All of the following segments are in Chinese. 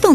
懂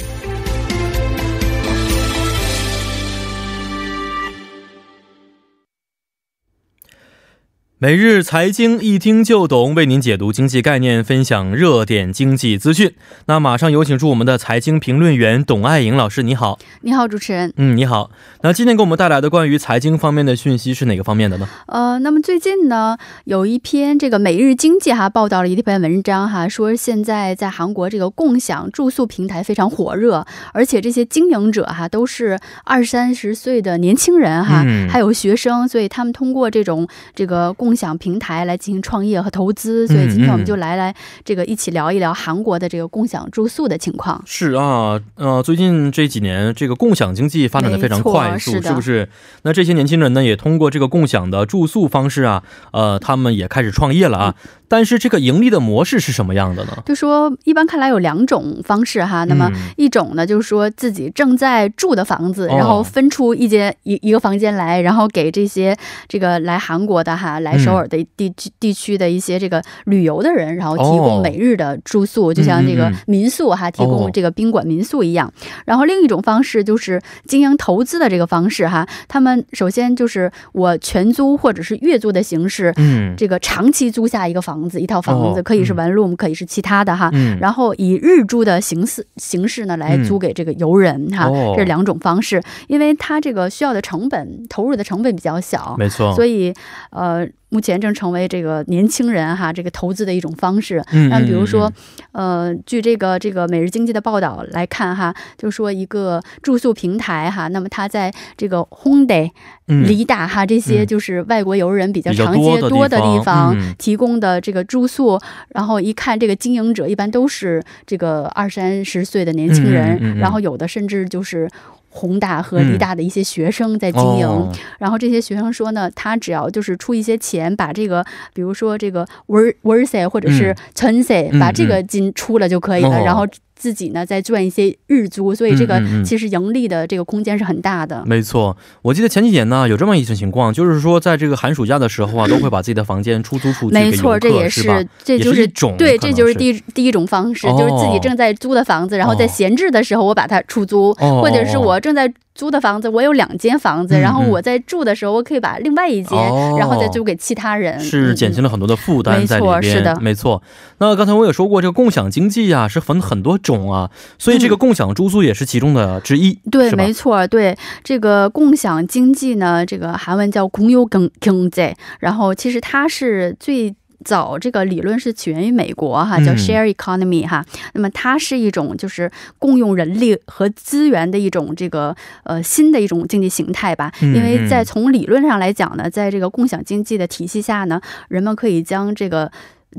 每日财经一听就懂，为您解读经济概念，分享热点经济资讯。那马上有请出我们的财经评论员董爱颖老师，你好。你好，主持人。嗯，你好。那今天给我们带来的关于财经方面的讯息是哪个方面的呢？呃，那么最近呢，有一篇这个《每日经济》哈报道了一篇文章哈，说现在在韩国这个共享住宿平台非常火热，而且这些经营者哈都是二三十岁的年轻人哈，嗯还有学生，所以他们通过这种这个共享平台来进行创业和投资。所以今天我们就来来这个一起聊一聊韩国的这个共享住宿的情况。是啊，呃，最近这几年这个共享经济发展的非常快速，没是错不是？那这些年轻人呢，也通过这个共享的住宿方式啊，呃，他们也开始创业了啊。但是这个盈利的模式是什么样的呢？就说一般看来有两种方式哈，那么嗯一种呢，就是说自己正在住的房子，哦然后分出一间一一个房间来，然后给这些这个来韩国的哈，来首尔的地区、地区的一些这个旅游的人，然后提哦供每日的住宿，就像这个嗯嗯民宿哈，提哦供这个宾馆民宿一样。然后另一种方式就是经营投资的这个方式哈，他们首先就是我全租或者是月租的形式。嗯这个长期租下一个房子，一套房哦子可以是嗯 one room，、可以是其他的哈。嗯，然后以日租的形式形式呢来嗯租给这个游人哈、哦这两种方式，因为它这个需要的成本投入的成本比较小，没错，所以以呃，目前正成为这个年轻人哈这个投资的一种方式。嗯，那比如说嗯，呃，据这个这个《每日经济》的报道来看哈，就说一个住宿平台哈，那么它在这个 Hyundai、嗯梨大哈这些嗯就是外国游人比较比较常多的接地多的方地方嗯提供的这个住宿，然后一看这个经营者一般都是这个二三十岁的年轻嗯人，嗯嗯嗯然后有的甚至就是。宏大和嗯梨大的一些学生在经营，哦然后这些学生说呢，他只要就是出一些钱，把这个，比如说这个 wor worse 或者是 c h n s 嗯 e 把这个金出了就可以了，哦然后自己呢再赚一些日租，所以这个嗯嗯嗯其实盈利的这个空间是很大的。没错，我记得前几年呢有这么一种情况，就是说在这个寒暑假的时候啊，都会把自己的房间出租出去给游没客，错，这也是吧这就也是一种对，可这能就是是第一第一种方式，哦就是自己正在租的房子，然后在闲置的时候我把它出租，哦或者是我正在租的房子，我有两间房子，嗯然后我在住的时候，我可以把另外一间，哦然后再租给其他人，是嗯减轻了很多的负没担在里错边，是的没错。那刚才我也说过，这个共享经济啊是分很多种啊，所以这个共享住宿也是其中的之一，嗯对，是吧没错，对这个共享经济呢，这个韩文叫공유경경제，然后其实它是最。早这个理论是起源于美国哈，嗯叫 share economy 哈。那么它是一种就是共用人力和资源的一种这个呃新的一种经济形态吧。嗯因为在嗯从理论上来讲呢，在这个共享经济的体系下呢，人们可以将这个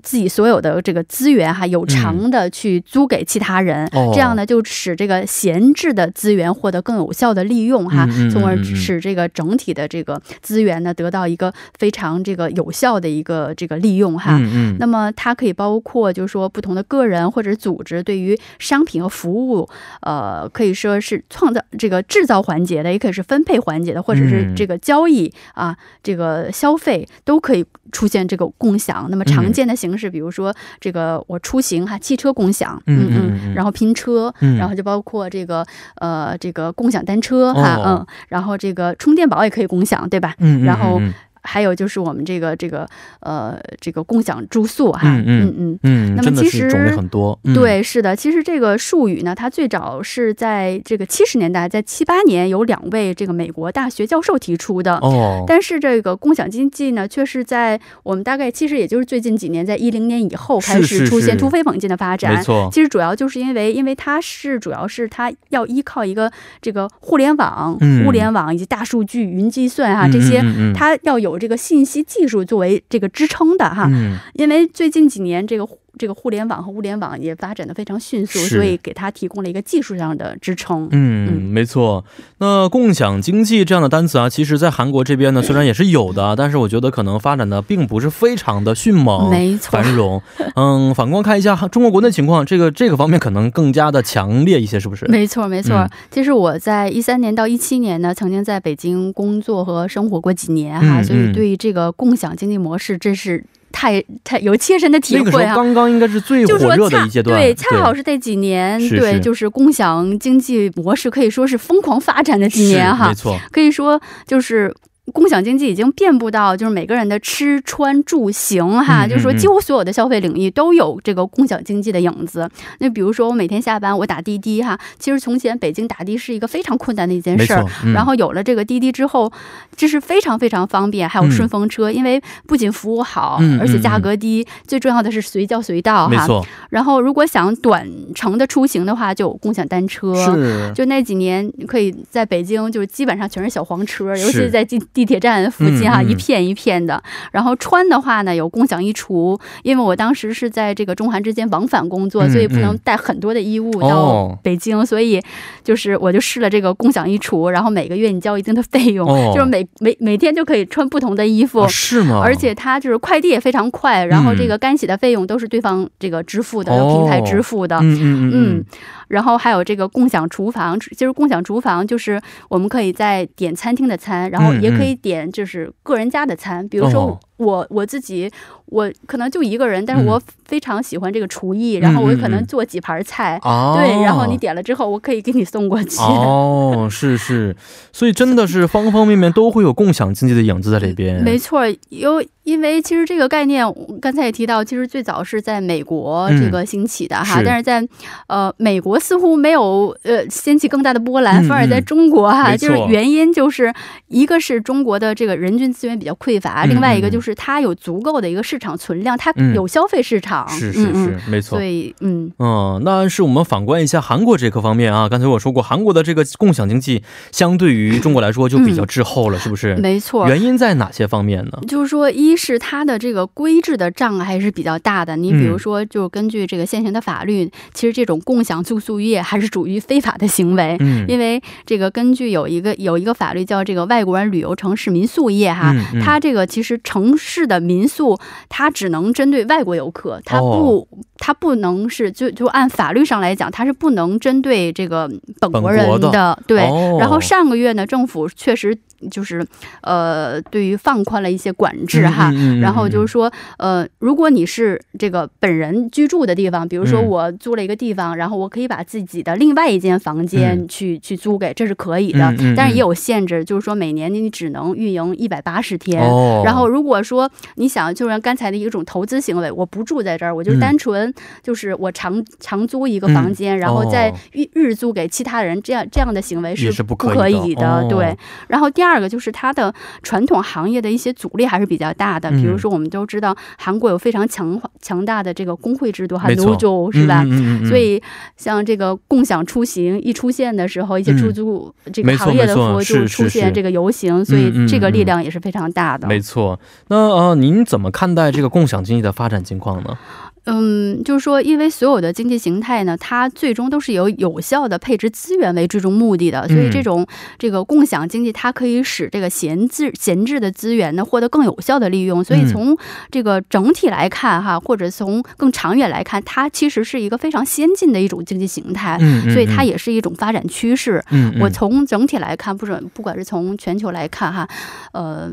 自己所有的这个资源哈嗯有偿的去租给其他人，哦这样呢就使这个闲置的资源获得更有效的利用哈，嗯嗯嗯从而嗯嗯使这个整体的这个资源呢得到一个非常这个有效的一个这个利用哈。嗯嗯，那么它可以包括，就是说不同的个人或者组织对于商品和服务，呃，可以说是创造这个制造环节的，也可以是分配环节的，或者是嗯这个交易啊，这个消费都可以出现这个共享。嗯那么常见的形式，比如说这个我出行哈，汽车共享，嗯嗯嗯嗯然后拼车，嗯然后就包括这个呃这个共享单车哈，哦嗯，然后这个充电宝也可以共享，对吧？嗯嗯然后嗯嗯还有就是我们这个这个呃这个共享住宿哈，嗯嗯嗯嗯嗯，那么真的其是实种类很多，嗯、对，是的，其实这个术语呢，它最早是在这个七十年代，在七八年有两位这个美国大学教授提出的。哦，但是这个共享经济呢，却是在我们大概其实也就是最近几年，在一零年以后开是是始出是现突飞猛进的发展。没错，其实主要就是因为，因为它是主要是它要依靠一个这个互联网、嗯物联网以及大数据、云计算哈、嗯啊这些嗯嗯嗯它要有这个信息技术作为这个支撑的哈。嗯因为最近几年这个这个互联网和物联网也发展的非常迅速，是所以给它提供了一个技术上的支撑。嗯，没错。那共享经济这样的单词啊，其实在韩国这边呢，虽然也是有的，啊但是我觉得可能发展的并不是非常的迅猛。没错繁， 荣，嗯，反观看一下中国国内情况，这个这个方面可能更加的强烈一些，是不是？没错，没错。嗯其实我在一三年到一七年呢，曾经在北京工作和生活过几年哈，嗯所以对这个共享经济模式真是太太有切身的体那个时会候啊。刚刚应该是最就火说热恰的一阶段，对，恰好是这几年，是是对，就是共享经济模式可以说是疯狂发展的几年是哈没，错，可以说就是。共享经济已经遍布到就是每个人的吃穿住行哈，嗯嗯就是说嗯几乎所有的消费领域都有这个共享经济的影子。那比如说我每天下班我打滴滴哈，其实从前北京打的是一个非常困难的一件没事儿错。。嗯、然后有了这个滴滴之后，这是非常非常方便，还有顺风车，因为不仅服务好嗯，而且价格低，最重要的是随叫随到没哈。错，然后如果想短程的出行的话，就有共享单车。是就那几年，可以在北京，就是基本上全是小黄车，是尤其是在地地铁站附近哈、嗯嗯一片一片的。然后穿的话呢，有共享衣橱，因为我当时是在这个中韩之间往返工作，嗯所以不能带很多的衣物哦到北京，所以就是我就试了这个共享衣橱，然后每个月你交一定的费用，哦就是每每每天就可以穿不同的衣服。啊是吗？嗯而且它就是快递也非常快，然后这个干洗的费用都是对方这个支付的，由平台支付的。嗯嗯嗯嗯，然后还有这个共享厨房，就是共享厨房，就是我们可以在点餐厅的餐，然后也可以点就是个人家的餐。比如说嗯哦我我自己，我可能就一个人，但是嗯我非常喜欢这个厨艺，嗯然后我可嗯能嗯做几盘菜，哦，对，然后你。点了之后，我可以给你送过去。 哦，是是，所以真的是方方面面都会有共享经济的影子在里边。没错，有因为其实这个概念，我刚才也提到，其实最早是在美国嗯这个兴起的哈，是但是在呃美国似乎没有呃掀起更大的波澜，嗯反而在嗯中国哈，没错就是原因就是一个是中国的这个人均资源比较匮乏，嗯另外一嗯个嗯就是它有足够的一个市场存量，它嗯有消费市场，是是嗯嗯是，没错所。以嗯。嗯，那是我们反观一下韩国这个方面啊，刚才我说过，韩国的这个共享经济相对于中国来说就比较滞后了，是不是？没错，原因在哪些方面呢？就是说，一是它的这个规制的障碍还是比较大的。你比嗯如说，就根据这个现行的法律，其实这种共享住宿业还是属于非法的行为。嗯， 因为这个根据有一个有一个法律叫这个外国人旅游城市民宿业哈，嗯嗯它这个其实城市的民宿它只能针对外国游客，它哦不、它不能是就就按法律上来讲，它是不能针对这个本国人本国对、哦然后上个月呢，政府确实就是呃，对于放宽了一些管制哈。嗯嗯嗯嗯然后就是说，呃，如果你是这个本人居住的地方，比如说嗯我租了一个地方，然后我可以把自己的另外一间房间嗯去、去租给，这是可以的、嗯嗯嗯但是也有限制，就是说每年你只能运营一百八十天。哦，然后，如果说你想，就是刚才的一种投资行为，我不住在这儿，我就嗯是单纯就是我长长租一个房间，然后再哦日日租给其他人，这样这样的行为也是是不不可可以的哦以对。然后第二个就是它的传统行业的一些阻力还是比较大的，比嗯如说我们都知道韩国有非常强强大的这个工会制度，没很错多就是吧？嗯嗯嗯嗯所以，像这个共享出行一出现的时候，一些嗯出租这没个错行业没的服错务是就是出现是这个游行，所嗯嗯以这个嗯力量也是非常大的。没错。嗯那呃，您怎么看待这个共享经济的发展情况呢？嗯，就是说，因为所有的经济形态呢，它最终都是由有效的配置资源为最终目的的，所以嗯这种这个共享经济，它可以使这个闲置闲置的资源呢获得更有效的利用。所以嗯从这个整体来看哈，或者从更长远来看，它其实是一个非常先进的一种经济形态，嗯，嗯所以它，也是一种发展趋势。嗯，嗯我从整体来看，不准不管是从全球来看哈，呃。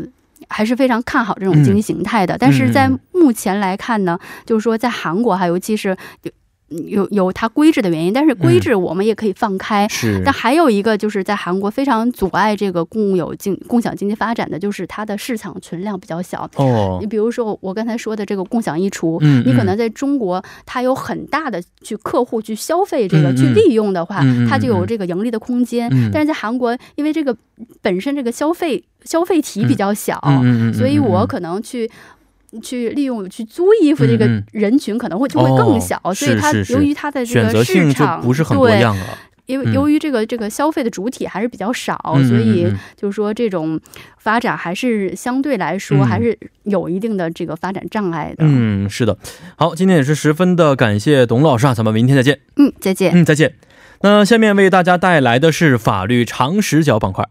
还是非常看好这种经济形态的，但是在嗯目前来看呢，就是说在韩国哈，尤其是有有有它规制的原因，但是规制我们也可以放开。嗯是但还有一个就是在韩国非常阻碍这个共有经共享经济发展的，就是它的市场存量比较小。哦你，比如说我刚才说的这个共享衣橱，嗯，你可能嗯在中国，它有很大的去客户去消费这个、嗯嗯去利用的话嗯嗯嗯，它就有这个盈利的空间。嗯但是在韩国，因为这个本身这个消费消费体比较小，嗯嗯嗯嗯哦所以我嗯可能去。去利用去租衣服这个嗯嗯人群可能会就会哦更小，所以它是是是由于它的这选择个性市就场不是很多对样了。因为嗯由于这个这个消费的主体还是比较少，嗯嗯哦所以嗯嗯就是说这种发展还是相对来说嗯还是有一定的这个发展障碍的。嗯，是的。好，今天也是十分的感谢董老师啊，咱们明天再见。嗯，再见。嗯，再见。那下面为大家带来的是法律常识角板块。